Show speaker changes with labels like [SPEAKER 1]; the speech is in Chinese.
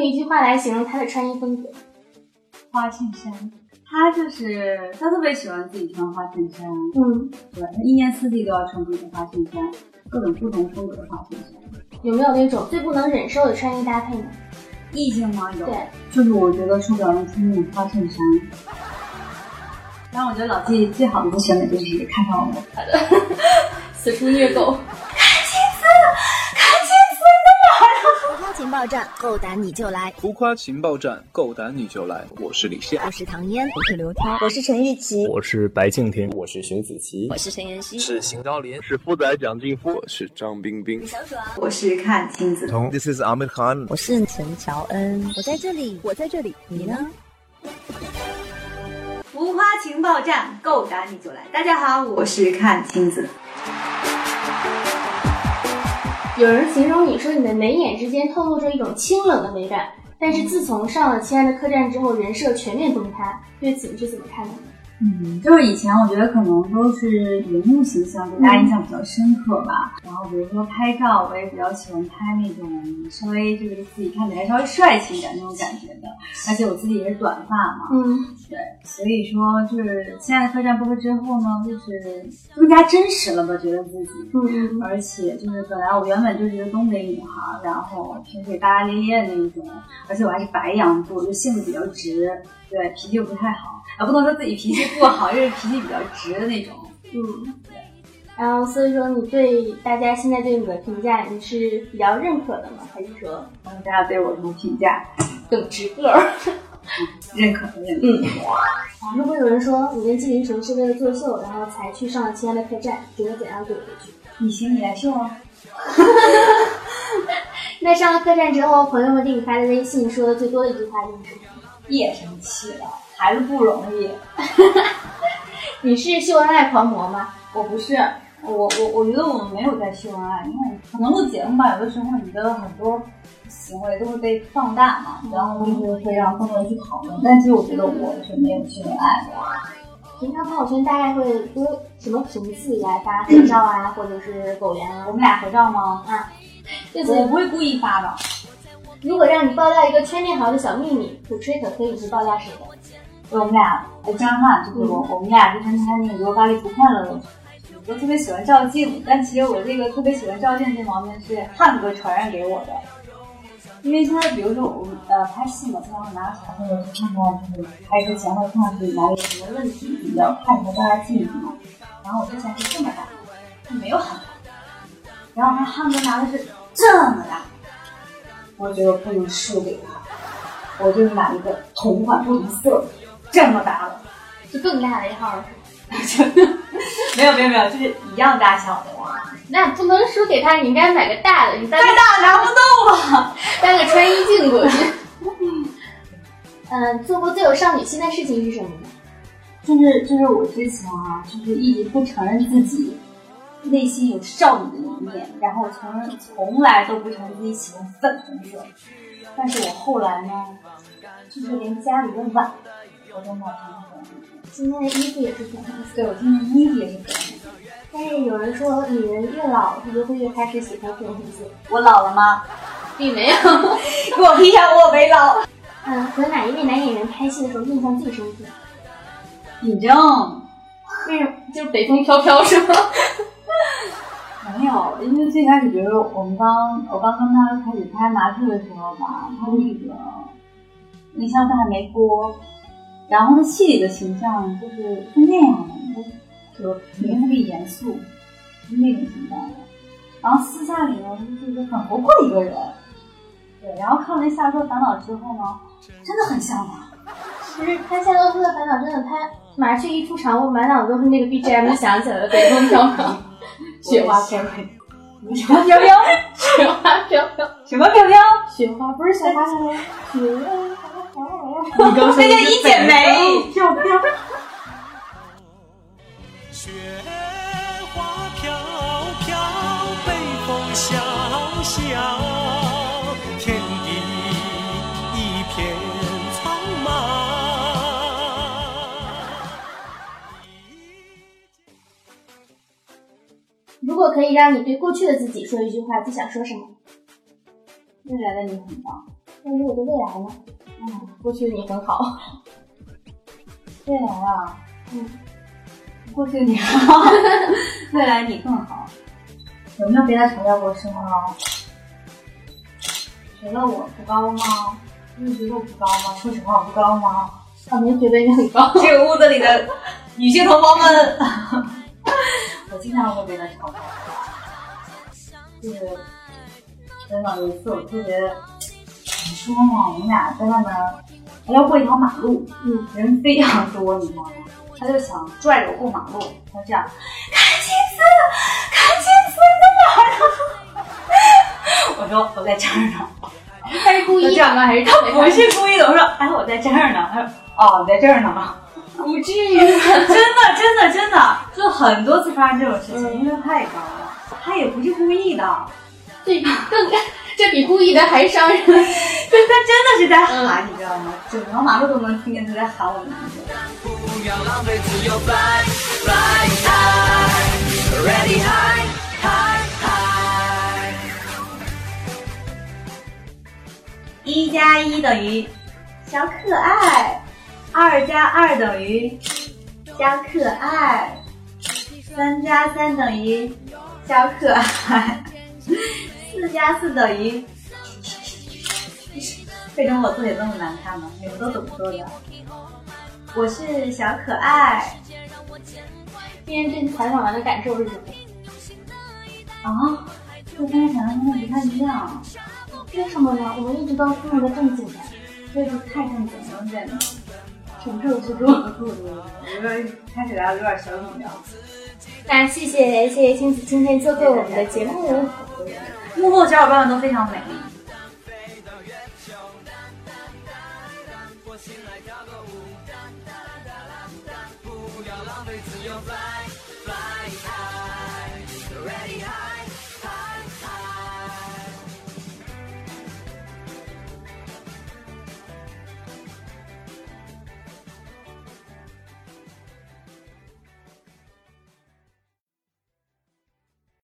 [SPEAKER 1] 用一句话来形容她的穿衣风格，
[SPEAKER 2] 花衬衫。她就是她特别喜欢自己穿花衬衫，
[SPEAKER 1] 嗯，
[SPEAKER 2] 对，她一年四季都要穿不同的花衬衫，各种不同风格的花衬衫。
[SPEAKER 1] 有没有那种最不能忍受的穿衣搭配呢？
[SPEAKER 2] 意境吗？有，
[SPEAKER 1] 对，
[SPEAKER 2] 就是我觉得受不了人穿那种花衬衫。但我觉得老季最好的一个选美就是看上我，
[SPEAKER 1] 此处虐狗。
[SPEAKER 3] 浮夸情报站，够胆你就来！
[SPEAKER 4] 浮夸情报站，够胆你就来！我是李现
[SPEAKER 3] 我，是唐嫣，我是刘涛，
[SPEAKER 5] 我是陈玉琪，
[SPEAKER 6] 我是白敬亭，
[SPEAKER 7] 我是熊梓淇，
[SPEAKER 3] 我是陈妍希，
[SPEAKER 6] 是邢昭林，
[SPEAKER 8] 是富仔蒋劲夫，
[SPEAKER 4] 我是张冰冰。
[SPEAKER 3] 小爽，
[SPEAKER 2] 我是看亲子。
[SPEAKER 9] 从 This is Ahmed Khan，
[SPEAKER 5] 我是陈乔恩。
[SPEAKER 3] 我在这里，我在这里，你呢？
[SPEAKER 2] 浮夸情报站，够胆你就来！大家好，我是看亲子。
[SPEAKER 1] 有人形容你说你的眉眼之间透露着一种清冷的美感，但是自从上了《亲爱的客栈》之后，人设全面崩塌。对此你是怎么看的？
[SPEAKER 2] 嗯，就是以前我觉得可能都是人物形象给大家印象比较深刻吧。然后比如说拍照，我也比较喜欢拍那种稍微就是自己看起来稍微帅气一点那种感觉的。而且我自己也是短发嘛，
[SPEAKER 1] 嗯，
[SPEAKER 2] 对，所以说就是《亲爱的客栈》播出之后呢，就是更加真实了吧，觉得自己。
[SPEAKER 1] 嗯
[SPEAKER 2] 而且就是本来我原本就是一个东北女孩，然后平时也大大咧咧的那种，而且我还是白羊座，就性子比较直，对脾气又不太好，啊不能说自己脾气不好，就是脾气比较直的那种。
[SPEAKER 1] 嗯。然后，所以说你对大家现在对你的评价，你是比较认可的吗？还是说
[SPEAKER 2] 然后大家对我这种评价
[SPEAKER 1] 耿直个儿？
[SPEAKER 2] 认可不认可？嗯，
[SPEAKER 1] 啊如果有人说你跟纪凌尘是为了作秀，然后才去上了《亲爱的客栈》，觉得怎样怼回去？
[SPEAKER 2] 你行你来秀啊。
[SPEAKER 1] 那上了客栈之后，朋友们给你发的微信说的最多的一句话就是什么？
[SPEAKER 2] 别生气了，孩子不容易。
[SPEAKER 1] 你是秀恩爱狂魔吗？
[SPEAKER 2] 我不是，我我我觉得我没有在秀恩爱，因为可能录节目吧，有的时候你的很多行为都会被放大嘛，然后就是会让更多人去讨论。但其实我觉得我是没有秀恩爱的。
[SPEAKER 1] 平常朋友圈大概会多什么频次来发合照啊，或者是狗粮啊
[SPEAKER 2] 我？们俩合照吗？
[SPEAKER 1] 对
[SPEAKER 2] 我
[SPEAKER 1] 此，
[SPEAKER 2] 不会故意发的。
[SPEAKER 1] 如果让你爆料一个圈内行的小秘密，主吹可可以是爆料谁的？
[SPEAKER 2] 我们俩，我张翰就是我，我们俩之前拍那个《刘巴黎不快乐》的。我特别喜欢照镜，但其实我这个特别喜欢照镜这毛病是汉哥传染给我的，因为他比如说我呃拍戏嘛，经常会拿床或者是看看就是拍摄前会看看自己哪里有什么问题，比较看出大家记忆嘛。然后我之前是这么大，他没有很大，然后他汉哥拿的是这么大，我觉得不能输给他，我就买一个同款同色的这么大的。
[SPEAKER 1] 就更大的一号，
[SPEAKER 2] 没有没有没有，就是一样大小的呀。
[SPEAKER 1] 那不能输给他，你应该买个大的，你单
[SPEAKER 2] 太大拿不动 了。
[SPEAKER 1] 单个穿衣镜过去。 嗯，做过最有少女心的事情是什么呢？
[SPEAKER 2] 就是就是我之前啊，就是一直不承认自己内心有少女的一面，然后我从从来都不承认自己喜欢粉红色，但是我后来呢，就是连家里的碗我都买成粉红色，
[SPEAKER 1] 今天的衣服也是粉红色，
[SPEAKER 2] 对我今天衣服也是粉红色。
[SPEAKER 1] 但是有人说女人越老，她就会越开始喜欢粉红色，
[SPEAKER 2] 我老了吗？
[SPEAKER 1] 并 没有。
[SPEAKER 2] 给我披上，我没老。
[SPEAKER 1] 嗯，和哪一位男演员拍戏的时候印象最深刻？
[SPEAKER 2] 尹正。
[SPEAKER 1] 为什么？就是北风飘飘是吗？
[SPEAKER 2] 没有，因为最开始，比如说我们刚我刚跟他开始拍麻雀的时候吧，他那个呃那像他还没播，然后他戏里的形象就是是那样的，就肯定特别严肃，是那种形象的。然后私下里呢，就是一个很活泼的一个人，对。然后看完《夏洛特烦恼》之后呢，真的很像他。
[SPEAKER 1] 不是，他《夏洛特烦恼》真的，他麻雀一出场，我满脑子都是那个 BGM 就响起来了，北风飘飘，雪花飘飘，
[SPEAKER 2] 什么飘飘？
[SPEAKER 1] 雪花飘飘，
[SPEAKER 2] 什么飘飘？
[SPEAKER 1] 雪花不是雪花飘飘，雪花飘飘。
[SPEAKER 2] 你刚那叫一剪
[SPEAKER 1] 哎
[SPEAKER 2] 梅，飘飘。
[SPEAKER 10] 雪花飘飘，北风萧萧，天地一片苍茫。
[SPEAKER 1] 如果可以让你对过去的自己说一句话，最想说什么？
[SPEAKER 2] 未来的你很棒，
[SPEAKER 1] 关于我的未来呢？嗯，过去的你很好。
[SPEAKER 2] 未来啊，嗯，过去你好，未来你更好。有没有别的材料我身高？觉得我不高吗？你觉得我不高吗？说实话，我不高吗？
[SPEAKER 1] 我没觉得你很 高。
[SPEAKER 2] 这个屋子里的女性同胞们， 我经常会跟他吵架，就是真的有一次我特别嗯怎么说嘛，我们俩在外面还要过一条马路，
[SPEAKER 1] 嗯，
[SPEAKER 2] 人非常多，你知道吗？他就想拽着我过马路，他这样，卡金斯，卡金斯，你在 哪儿呢？我说我在这儿呢。
[SPEAKER 1] 他是故
[SPEAKER 2] 就
[SPEAKER 1] 意的
[SPEAKER 2] 这样
[SPEAKER 1] 吗？还是
[SPEAKER 2] 他不是故意的，我说 哎我在这儿呢，他说哦我在这儿呢。
[SPEAKER 1] 不至于？
[SPEAKER 2] 真的，真的，真的， 嗯就很多次发生这种事情，因为太高了，他也不是故意的，
[SPEAKER 1] 这比更这比故意的还伤人。
[SPEAKER 2] 就他真的是在喊，你知道吗？整条马路都能听见他在喊我们。
[SPEAKER 10] 不要浪费，自由 fly fly high，ready high high high。
[SPEAKER 2] 一加一等于小可爱，二加二等于小可爱，三加三等于小可爱，四加四等于。为什么我做的这么难看呢？你们都怎么做的？我是小可爱
[SPEAKER 1] 今天这采访完的感受是什么？
[SPEAKER 2] 啊，就跟想象中的不太一样，
[SPEAKER 1] 为什么呢？我们一直都非常的正经的，
[SPEAKER 2] 这就太正经了，真的。
[SPEAKER 1] 承受不
[SPEAKER 2] 我
[SPEAKER 1] 住。
[SPEAKER 2] 不住，有点开始来有点小紧张。
[SPEAKER 1] 那谢谢谢谢青子今天做客我们的节目。
[SPEAKER 2] 幕后小伙伴们都非常美丽。
[SPEAKER 10] 不要浪费，自由 fly fly high，ready high。